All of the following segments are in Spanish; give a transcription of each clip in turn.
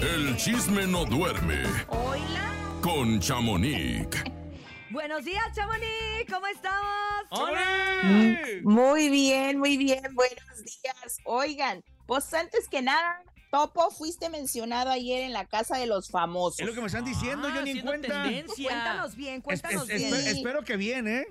El chisme no duerme Hola. con Chamonix. Buenos días, Chamonix. ¿Cómo estamos? Mm, Muy bien, muy bien, buenos días. Oigan, pues antes que nada, Topo, fuiste mencionado ayer en la casa de los famosos. Es lo que me están diciendo, Ah, yo ni en haciendo cuenta. tendencia. Cuéntanos bien, Es- cuéntanos es- bien. espe- espero que bien, ¿eh?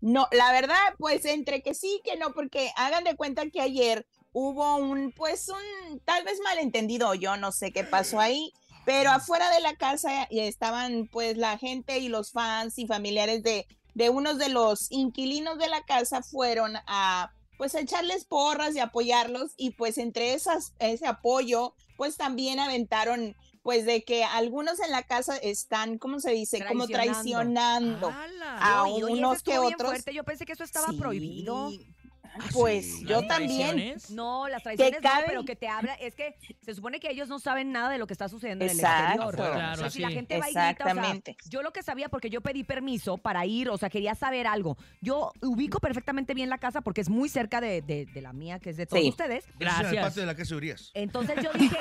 No, la verdad, pues entre que sí, que no, porque hagan de cuenta que ayer hubo un, pues un, tal vez malentendido, yo no sé qué pasó ahí, pero afuera de la casa eh, estaban pues la gente y los fans y familiares de, de unos de los inquilinos de la casa fueron a pues a echarles porras y apoyarlos y pues entre esas, ese apoyo pues también aventaron pues de que algunos en la casa están, ¿cómo se dice? Como Traicionando. traicionando. a Oye, oye, eso unos que estuvo bien otros. fuerte. Yo pensé que eso estaba Sí. prohibido. Pues sí. yo ¿Las también. traiciones? No, las traiciones no, caben- pero que te habla es que se supone que ellos no saben nada de lo que está sucediendo en el Exacto. exterior. Claro, O sea, si sí. la gente va y grita, o sea, Exactamente. yo lo que sabía porque yo pedí permiso para ir, o sea, quería saber algo. Yo ubico perfectamente bien la casa porque es muy cerca de, de- de la mía, que es de todos Sí. ustedes. Ese es el Gracias. patio de la casa de Urias. Entonces yo dije,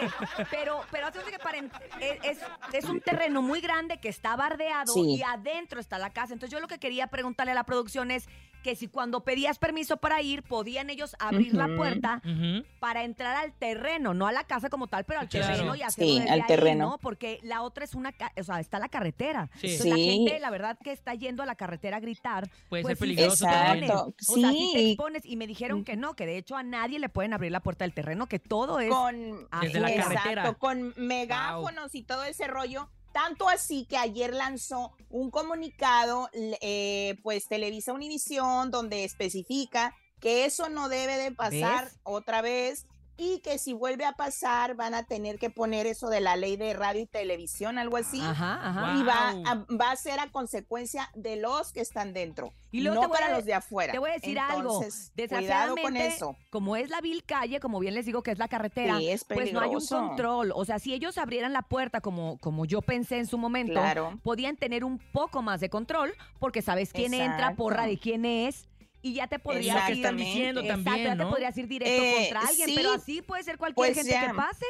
pero, pero hace cuenta que para en- e- es, es un terreno muy grande que está bardeado Sí. y adentro está la casa. Entonces yo lo que quería preguntarle a la producción es que si cuando pedías permiso para ir, podían ellos abrir la Ujú. puerta Ujú. para entrar al terreno, no a la casa como tal, pero al Claro. terreno y hacerlo Sí, desde al ahí, terreno. ¿no? Porque la otra es una, ca- o sea, está la carretera. Sí. Entonces la Sí. gente, la verdad que está yendo a la carretera a gritar, Puede Pues ser sí, peligroso también. Exacto. o sea, sí te Sí. expones y me dijeron que no, que de hecho a nadie le pueden abrir la puerta del terreno, que todo es Con, Ah, Desde la exacto, carretera. con megáfonos y todo ese rollo. Tanto así que ayer lanzó un comunicado, l- eh, pues Televisa Univisión, donde especifica que eso no debe de pasar ¿Ves? otra vez y que si vuelve a pasar van a tener que poner eso de la ley de radio y televisión, algo así. Ajá, ajá. Y va Guau. a, va a ser a consecuencia de los que están dentro, Y luego te no voy para a- los de afuera. te voy a decir algo, Entonces, cuidado Desgraciadamente, con eso. como es la vil calle, como bien les digo que es la carretera, Sí, es pues no hay un peligroso. control. O sea, si ellos abrieran la puerta como, como yo pensé en su momento, Claro. podían tener un poco más de control porque sabes quién entra, Exacto. porra de quién es, y ya te podrías Exactamente. ir, Están diciendo Exacto, también, ya te ¿no? podrías ir directo Eh, contra alguien, sí, pero así puede ser cualquier pues gente ya. que pase.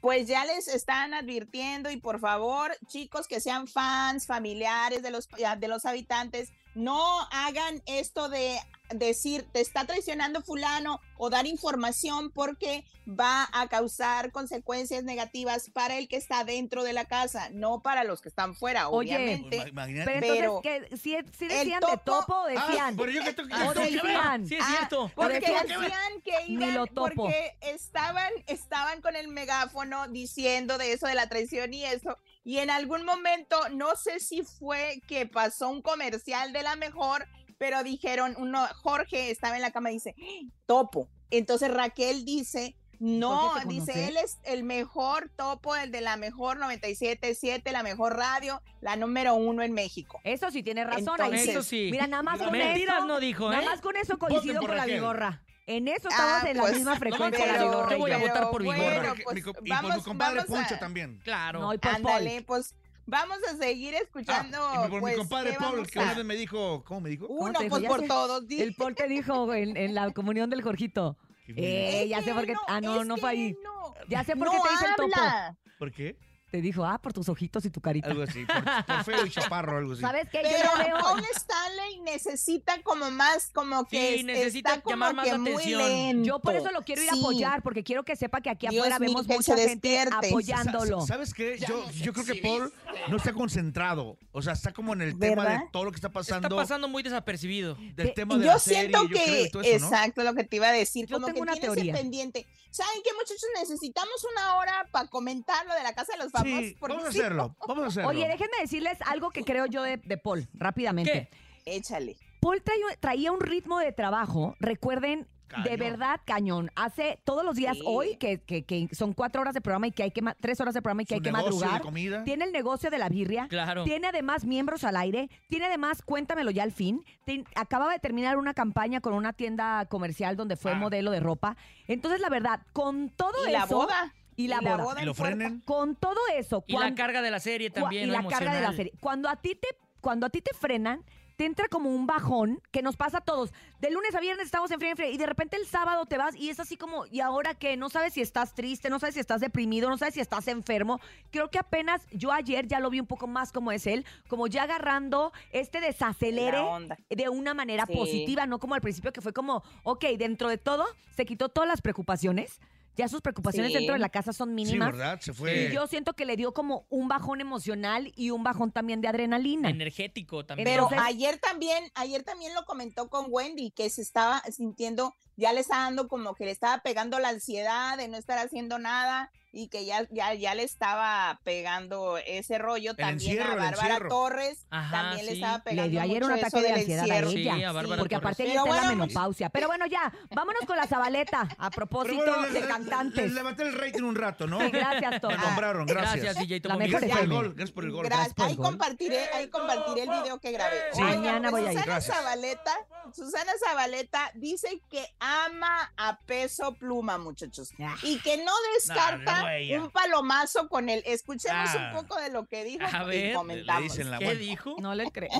Pues ya les están advirtiendo y por favor, chicos que sean fans, familiares de los, ah, de los habitantes, no hagan esto de decir te está traicionando fulano o dar información porque va a causar consecuencias negativas para el que está dentro de la casa, no para los que están fuera, Oye, obviamente. Ma- Imagínate. Pero, Pero entonces, que si, si el decían de topo- topo, o Ah, decían. pero yo que tengo que- o yo tengo que ver. decían. Sí, es Ah, cierto. Porque Pero eso- decían que Ni iban, lo topo. porque estaban, estaban con el megáfono diciendo de eso, de la traición y eso. Y en algún momento, no sé si fue que pasó un comercial de la mejor, pero dijeron, uno, Jorge estaba en la cama y dice, "¡Ah! topo. Entonces Raquel dice, no, Jorge te conoce. dice, él es el mejor topo, el de la mejor 97.7, la mejor radio, la número uno en México. Eso sí tiene razón. ahí Entonces- sí. Eso sí. Mira, nada más con Mentiras eso. no dijo, ¿eh? Nada más con eso Voten coincido por con la Raquel. vigorra. En eso estamos Ah, en la pues, misma frecuencia, pero- la vigorra. Yo voy a y yo. votar por Bueno, Vigorra. que- pues, mi co- y por vamos- mi compadre vamos a- Poncho también. Claro. No, y por Ándale, pues vamos a seguir Ah, escuchando. y por pues, mi compadre ¿qué Paul, vamos que a- una vez me dijo, ¿cómo me dijo? ¿Cómo Uno, te dijo? pues Ya por sé. todos. di- El Paul te dijo en, en la comunión del Jorgito. ¿Qué me- Eh, Es ya sé que por qué. Ah, no, es no fue que ahí. no. Ya sé por qué No te dice el topo. habla. ¿Por qué? Te dijo, ah, por tus ojitos y tu carita. Algo así. Por, por feo y chaparro, algo así. ¿Sabes qué? Yo Pero ya veo. Paul Stanley necesita como más, como que Sí, es- necesita está como llamar más que la muy atención. lento. Yo por eso lo quiero ir a Sí. apoyar, porque quiero que sepa que aquí Dios afuera mío, vemos que mucha se gente despierte. apoyándolo. Sa- ¿Sabes qué? Yo, yo creo que Paul no está concentrado. O sea, está como en el tema ¿Verdad? de todo lo que está Está pasando. pasando muy desapercibido. Pe- Del tema de yo la serie, siento yo creo, que y todo eso, ¿no? exacto lo que te iba a decir Yo como tengo que una tienes teoría. el pendiente saben qué muchachos necesitamos una hora para comentar lo de la casa de los famosos Sí, porque vamos a sí, hacerlo. Vamos a hacerlo. Oye, déjenme decirles algo que creo yo de, de Paul, rápidamente. ¿Qué? échale Paul traía, traía un ritmo de trabajo, recuerden, de Cañón. verdad, cañón. Hace todos los días Sí. hoy, que, que- que son cuatro horas de programa y que hay que, ma- tres horas de programa y que Su hay que negocio de madrugar. comida. Tiene el negocio de la birria. Claro. Tiene además miembros al aire, tiene además, cuéntamelo ya al fin, Ten- acababa de terminar una campaña con una tienda comercial donde fue Ah. modelo de ropa. Entonces, la verdad, con todo y eso... la boda Y la boda. Y lo en Puerto- frenen. Con todo eso... Y la cuan- carga de la serie Cua- también. y ¿no? la carga de la Emocional. serie. Cuando a ti te, cuando a ti te frenan, te entra como un bajón que nos pasa a todos. De lunes a viernes estamos en frío, en frío, y de repente el sábado te vas y es así como, ¿y ahora qué? No sabes si estás triste, no sabes si estás deprimido, no sabes si estás enfermo. Creo que apenas yo ayer ya lo vi un poco más como es él, como ya agarrando este desacelere La onda. de una manera Sí. positiva, no como al principio que fue como, ok, dentro de todo se quitó todas las preocupaciones. Ya sus preocupaciones Sí. dentro de la casa son Sí, mínimas. ¿verdad? Se fue. y yo siento que le dio como un bajón emocional y un bajón también de adrenalina. Energético también. Pero Entonces- ayer también, ayer también lo comentó con Wendy, que se estaba sintiendo, ya le estaba dando como que le estaba pegando la ansiedad de no estar haciendo nada y que ya, ya, ya le estaba pegando ese rollo también encierro, a el Bárbara encierro. Torres, Ajá, también le sí. estaba Le pegando dio ayer un mucho ataque eso de del ansiedad a encierro. Sí, ella. a Bárbara porque Torres. aparte ella está en la Pero pues. bueno, menopausia. Pero bueno, ya, vámonos con la zabaleta. A Pero propósito bueno, le- de le- cantantes. le levanté el rating un rato, ¿no? Sí, gracias, Tony. Me nombraron, gracias. Gracias, DJ La Tomomi. mejor Gracias por el FM. gol, gracias por el gol. Gracias. por el Ahí gol. compartiré, Eh, ahí compartiré el video que grabé. Sí. Oigan, Mañana pues voy a ir. Susana Gracias. Zabaleta, Susana Zabaleta dice que ama a peso pluma, muchachos, Ah. y que no descarta no, ella. un palomazo con él. Escuchemos Ah. un poco de lo que dijo A y ver, Le comentamos. dicen la ¿Qué vuelta. dijo? No le creo.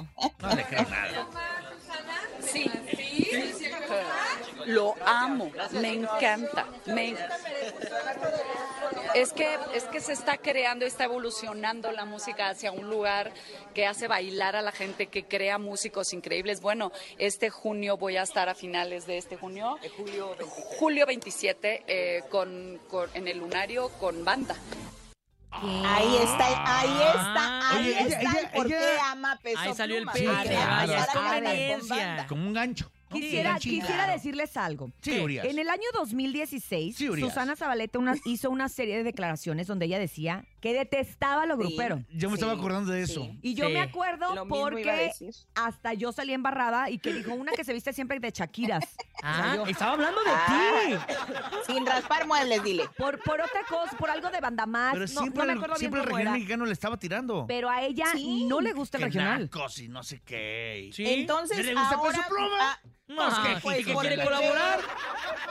No le creo nada. Sí. Lo amo, me encanta, me es que es que se está creando, está evolucionando la música hacia un lugar que hace bailar a la gente, que crea músicos increíbles. Bueno, este junio voy a estar a finales de este junio, julio 27, eh, con- con- en el Lunario con banda. Ah, Ahí está, ahí está, ahí Oye, ella- está el ella- por qué ella- ama a peso Ah. Ahí salió el pluma. pedo, porque va a vaya, es estar a ganar con conveniencia. banda. Como un gancho. ¿no? Quisiera, Un ganchito. quisiera decirles algo. Sí, Urias. En el año 2016, Sí, Urias. Susana Zabaleta una- hizo una serie de declaraciones donde ella decía que detestaba lo Sí. grupero. Yo me estaba Sí, acordando de eso. sí. Y yo Sí. me acuerdo Lo mismo iba a porque decir. hasta yo salí embarrada y que dijo una que se viste siempre de Shakiras. Ah, estaba hablando de Ah. ti. Sin raspar muebles, dile. Por, por otra cosa, por algo de banda más. Pero Ah, no, siempre, no me el- acuerdo bien siempre el cómo regional era. mexicano le estaba tirando. Pero a ella Sí. no le gusta el Que regional. nacos y no sé qué. Sí. Entonces, ¿Le gusta ahora, Peso Pluma? ah, No, Pues, que, ¿qué- que qué- qué quiere quiere? colaborar.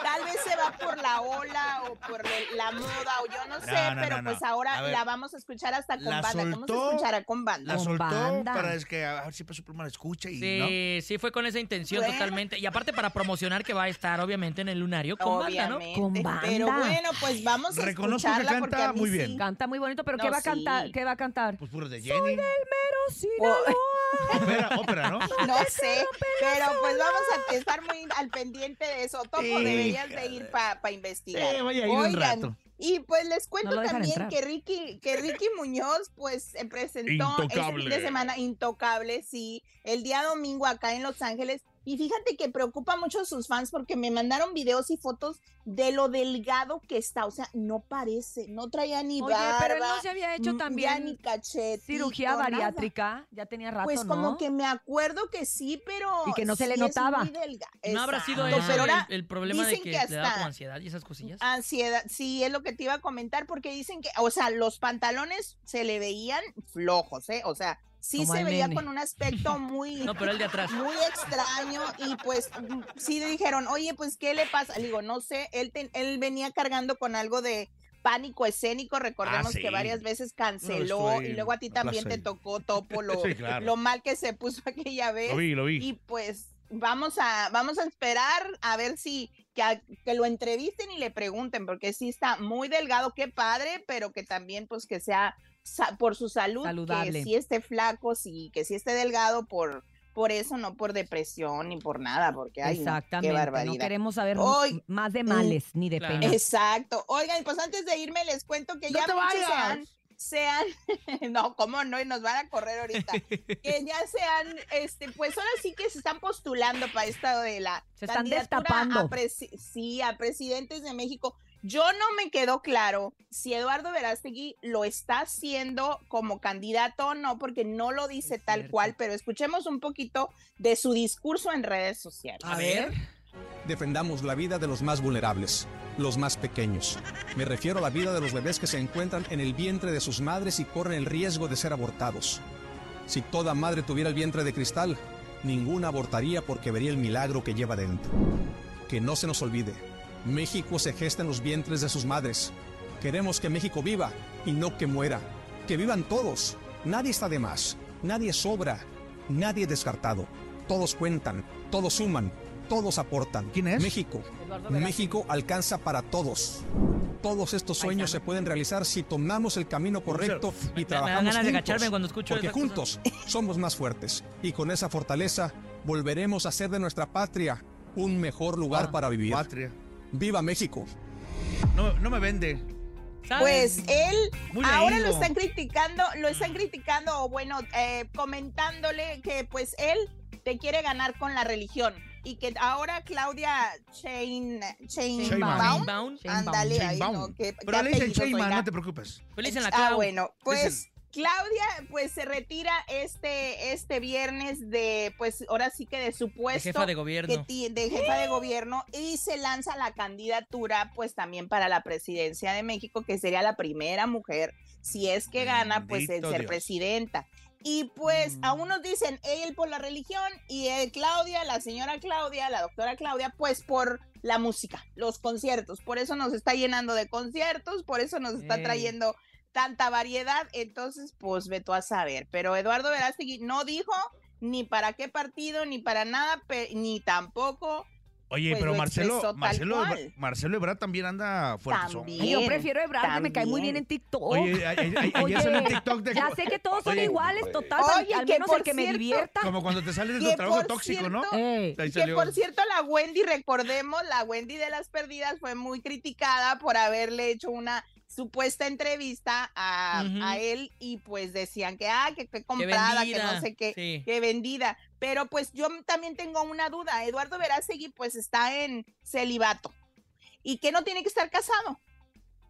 Tal vez se va por la ola o por el- la moda o yo no sé, No, no, pero no, no. pues A ahora ver. la vamos a escuchar hasta con La banda. ¿Cómo se soltó, escuchará con banda? La Con soltó banda. para es que a ver si Peso Pluma la escucha y no. Sí, sí, fue con esa intención Bueno. totalmente. Y aparte para promocionar que va a estar, obviamente, en el lunario con banda, ¿no? Obviamente. Con banda. Pero bueno, pues vamos a Reconozco que escucharla porque a canta mí muy sí. bien. Canta muy bonito, pero No, ¿qué va a sí. cantar? ¿Qué va a cantar? Pues puro de Jenny. Pero si no Oh. lo hay. Ópera, ópera, ¿no? No sé, pero pues vamos a estar muy al pendiente de eso. Topo, Híjole. deberías de ir para investigar. Sí, voy a ir un rato. y pues les No cuento lo dejan también entrar. que Ricky, que Ricky Muñoz pues se presentó este fin de Intocable. semana intocable, sí, el día domingo acá en Los Ángeles. Y fíjate que preocupa mucho a sus fans porque me mandaron videos y fotos de lo delgado que está. O sea, no parece, no traía ni Oye, barba. pero él no se había hecho mm, ya ni también cachetito, cirugía nada. bariátrica. Ya tenía rato, Pues ¿no? como que me acuerdo que sí, pero. Y que no se le sí es notaba. muy delga- ¿No habrá sido Exacto, eso Pero el, ahora el problema de dicen que, que te da como hasta- ansiedad y esas cosillas? ansiedad, sí, es lo que te iba a comentar, porque dicen que, o sea, los pantalones se le veían flojos, ¿eh? O sea, sí Como se al veía nene. con un aspecto muy. No, pues. pero el de atrás. Muy extraño y pues mm, sí dijeron, oye, pues ¿qué le pasa? Le digo, no sé, él, ten- él venía cargando con algo de pánico escénico, recordemos sí. que varias veces canceló estoy- y luego a ti la también te sé. tocó topo lo, Sí, claro. lo mal que se puso aquella vez. Lo vi, lo vi. Y pues vamos a, vamos a esperar a ver si que, a- que lo entrevisten y le pregunten, porque sí está muy delgado, qué padre, pero que también pues que sea sa- por su salud, Saludable. que sí esté flaco, sí, que sí esté delgado por, por eso, no por depresión ni por nada, porque hay Exactamente. qué no barbaridad. queremos saber Hoy- mm, más de males ni de Claro. penas. Exacto. Oigan, pues antes de irme les cuento que ¡No ya te muchos se vayas! han, se han- no, cómo no, y nos van a correr ahorita. que ya se han, este, pues ahora sí que se están postulando para esta de la Se están candidatura destapando. a presi- sí, a presidentes de México. Yo no me quedó claro si Eduardo Verástegui lo está haciendo como candidato o no, porque no lo dice Es tal cierto. cual, pero escuchemos un poquito de su discurso en redes sociales. A ver. Defendamos la vida de los más vulnerables, los más pequeños. Me refiero a la vida de los bebés que se encuentran en el vientre de sus madres y corren el riesgo de ser abortados. Si toda madre tuviera el vientre de cristal, ninguna abortaría porque vería el milagro que lleva dentro. Que no se nos olvide, México se gesta en los vientres de sus madres. Queremos que México viva y no que muera. Que vivan todos. Nadie está de más, nadie sobra, nadie descartado. Todos cuentan, todos suman, todos aportan. ¿Quién es? México. México alcanza para todos. Todos estos sueños se pueden realizar si tomamos el camino correcto y Me- me dan trabajamos ganas de juntos, agacharme cuando escucho porque esas cosas. juntos somos más fuertes y con esa fortaleza volveremos a hacer de nuestra patria un mejor lugar Ah. para vivir. Patria. ¡Viva México! No, no me vende. ¿Sabes? Pues él Muy ahora leído. lo están criticando, lo están criticando o bueno, eh, comentándole que pues él te quiere ganar con la religión y que ahora Claudia Chain Sheinbaum. Chainbaum, Sheinbaum. ándale ahí, Sheinbaum. ¿no? ¿Qué- qué Pero le dicen apellidos, Sheyman, oiga? no te preocupes. Pues le dicen la Ah, Clau. bueno, pues Dicen- Claudia pues se retira este este viernes de pues ahora sí que de su de puesto jefa de que gobierno. ti- de jefa de gobierno y se lanza la candidatura pues también para la presidencia de México, que sería la primera mujer, si es que gana, pues en Bendito ser Dios. presidenta. Y pues Mm. a unos dicen él por la religión y él, Claudia, la señora Claudia, la doctora Claudia, pues por la música, los conciertos. Por eso nos está llenando de conciertos, por eso nos está Ey. trayendo tanta variedad. Entonces, pues ve tú a saber. Pero Eduardo Verástegui no dijo ni para qué partido, ni para nada, pe- ni tampoco. Oye, Pues pero lo expresó Marcelo, tal Marcelo, Ebra- cual. Marcelo Ebrard también anda fuerte. También. Ay, yo prefiero Ebrard, que me cae muy bien también. en TikTok. Oye, a- a- a- ayer Oh. Oye, salió un TikTok de ya sé que todos son Oye, iguales, güey. total, Oye, al- al que menos por el que me cierto- divierta. como cuando te sales de Que tu trabajo por tóxico, ¿no? cierto- Ey. Ahí Que salió. por cierto, la Wendy, recordemos, la Wendy de las perdidas fue muy criticada por haberle hecho una supuesta entrevista a, Ujú. a él y pues decían que, ah, que, fue Que comprada, que vendida. no sé qué. Sí. que vendida. Pero pues yo también tengo una duda. Eduardo Verástegui pues está en celibato. ¿Y que no tiene que estar casado?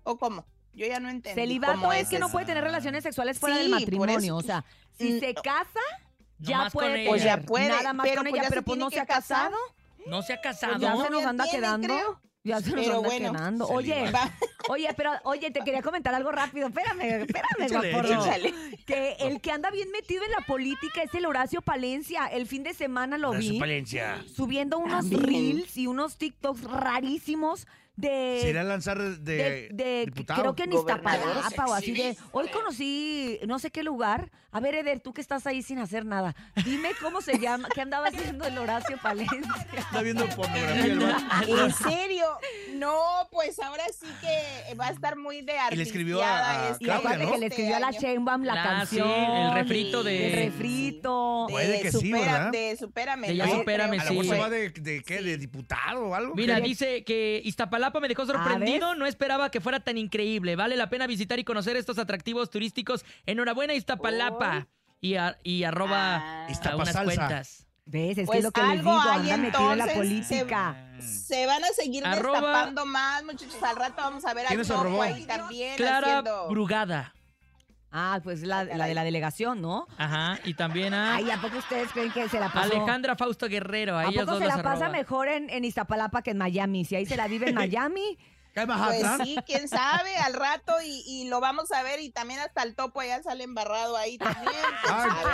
¿O cómo? Yo ya no entiendo. Celibato es que no puede tener relaciones sexuales fuera del Sí, por matrimonio. eso. O sea, si Mm, se no. casa, ya Nomás con puede. ella. Pues ya tener puede, Nada más pero con pues ella, ya pero se pues no se ha tiene que casar. casado. No se ha Ya casado. se nos Ya anda tiene, quedando. creo. Ya se nos Pero anda bueno. quedando. Oye, Va, oye, pero oye, te quería comentar algo rápido. Espérame, espérame, Échale, guaporro. échale. échale. Que el que anda bien metido en la política es el Horacio Palencia. El fin de semana lo Horacio vi Palencia. subiendo unos También. reels y unos TikToks rarísimos Se irá de. a lanzar De, de, de- diputado. creo que en Gobernador Iztapalapa o así de hoy conocí no sé qué lugar a ver Eder tú que estás ahí sin hacer nada dime cómo se llama qué andaba haciendo el Horacio Palencia Está viendo pornografía. el vato. ¿En serio? No, pues ahora sí que va a estar muy de Y le escribió a- artisteada a este- y aparte Claudia, ¿no? que le escribió a la año. Sheinbaum la Ah, sí, canción el refrito el de. refrito De Puede que sí, supera- ¿verdad? Pues, De supérame. De ya ¿no? supérame, Creo A que lo mejor Sí. se fue. va de, de qué, de diputado o algo. Mira, ¿Qué? dice que Iztapalapa me dejó sorprendido, no esperaba que fuera tan increíble. Vale la pena visitar y conocer estos atractivos turísticos. Enhorabuena Iztapalapa y, a- y arroba Ah. a unas Iztapasalsa. cuentas. ves es que es Pues lo que les algo digo hay anda metido en la entonces, se- política Mm. Se van a seguir Arroba- destapando más, muchachos. Al rato vamos a ver ¿Quién al es el Coco robot? ahí también Clara haciendo... Brugada. ah pues la, la de la delegación no Ajá. Y también a ay a poco ustedes creen que se la pasó Alejandra Fausto Guerrero. A, ¿A ellos poco dos se los la pasa arroba. mejor en, en Iztapalapa que en Miami? Si ahí se la vive en Miami, ¿Qué más Pues atrás? sí, quién sabe, al rato y, y lo vamos a ver y también hasta el topo ya sale embarrado ahí también. quién Ay, sabe.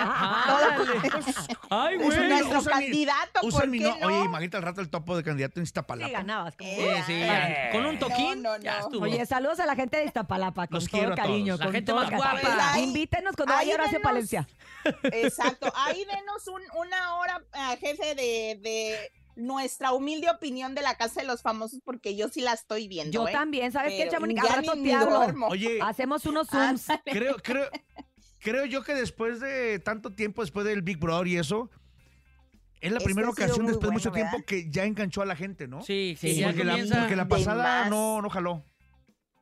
Ándale. Ay, Es güey. una- nuestro usa mi- candidato, usa ¿por mi qué no- Oye, no? imagínate al rato el topo de candidato en sí Iztapalapa. ganabas. como- Eh, Sí, sí, ya. Con un toquín. No, no, ya no. estuvo. Oye, saludos a la gente de Iztapalapa, con Los todo quiero a todos. cariño. La con gente todo más cariño. guapa. Pues ahí- Invítenos cuando vaya ahí Horacio denos- Palencia. Exacto. Ahí denos un- una hora, ah, jefe, de, de nuestra humilde opinión de la Casa de los Famosos, porque yo sí la estoy viendo. Yo ¿eh? también, ¿sabes qué, Pero Chamonix? ya Al rato ni- te ni hablo. duermo. Ah, Oye, Hacemos unos zooms. creo, creo, creo yo que después de tanto tiempo, después del Big Brother y eso, es la Este primera ha sido ocasión muy después de mucho bueno, tiempo que ya enganchó a la gente, ¿no? Sí, sí, Sí, ya porque, la, comienza. porque la De pasada más. no, no jaló.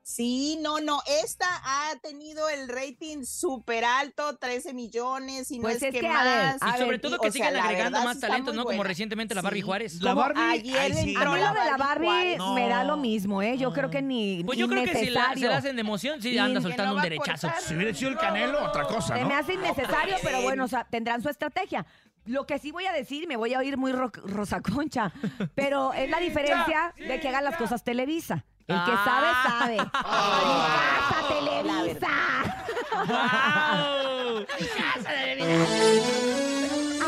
Sí, no, no, esta ha tenido el rating súper alto, 13 millones y no Pues es, es que, que, a ver, más. a Y sobre ver, todo y- que o sea, sigan la agregando verdad más sí está talentos, muy ¿no? Como buena. recientemente la Barbie Sí. Juárez. La Barbie. Ayer ay, sí. A entró mí lo de la Barbie Juárez. No. me da lo mismo, ¿eh? Yo creo que ni Pues yo creo que si la, se innecesario. la hacen de emoción, sí Y anda que soltando no un va a derechazo. cortar. Si hubiera sido el Canelo, otra cosa, Se ¿no? me hace innecesario, pues, pero sí. bueno, o sea, tendrán su estrategia. Lo que sí voy a decir, y me voy a oír muy ro- rosaconcha, pero es la diferencia de que hagan las cosas Televisa. El que sabe, Ah. sabe. ¡Mi Ah. La casa, Televisa! ¡Guau!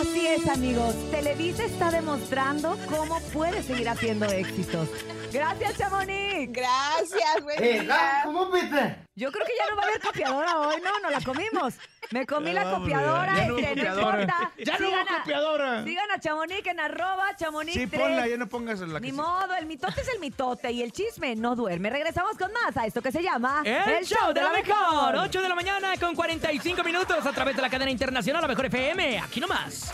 Así es, amigos. Televisa está demostrando cómo puede seguir haciendo éxitos. Gracias, Chamonix. Gracias, Eh, buen día. Yo creo que ya no va a haber copiadora hoy, ¿no? No la comimos. Me comí la Hombre, copiadora, ya no hubo este, no copiadora. importa. Ya no hubo Sigan a- copiadora. Sigan a Chamonix en arroba Chamonix Sí, tres. ponla, ya no pongas la que Ni sí. modo, el mitote es el mitote y el chisme no duerme. Regresamos con más a esto que se llama El show de la mejor. 8 de la mañana con 45 minutos a través de la cadena internacional La Mejor FM. Aquí nomás.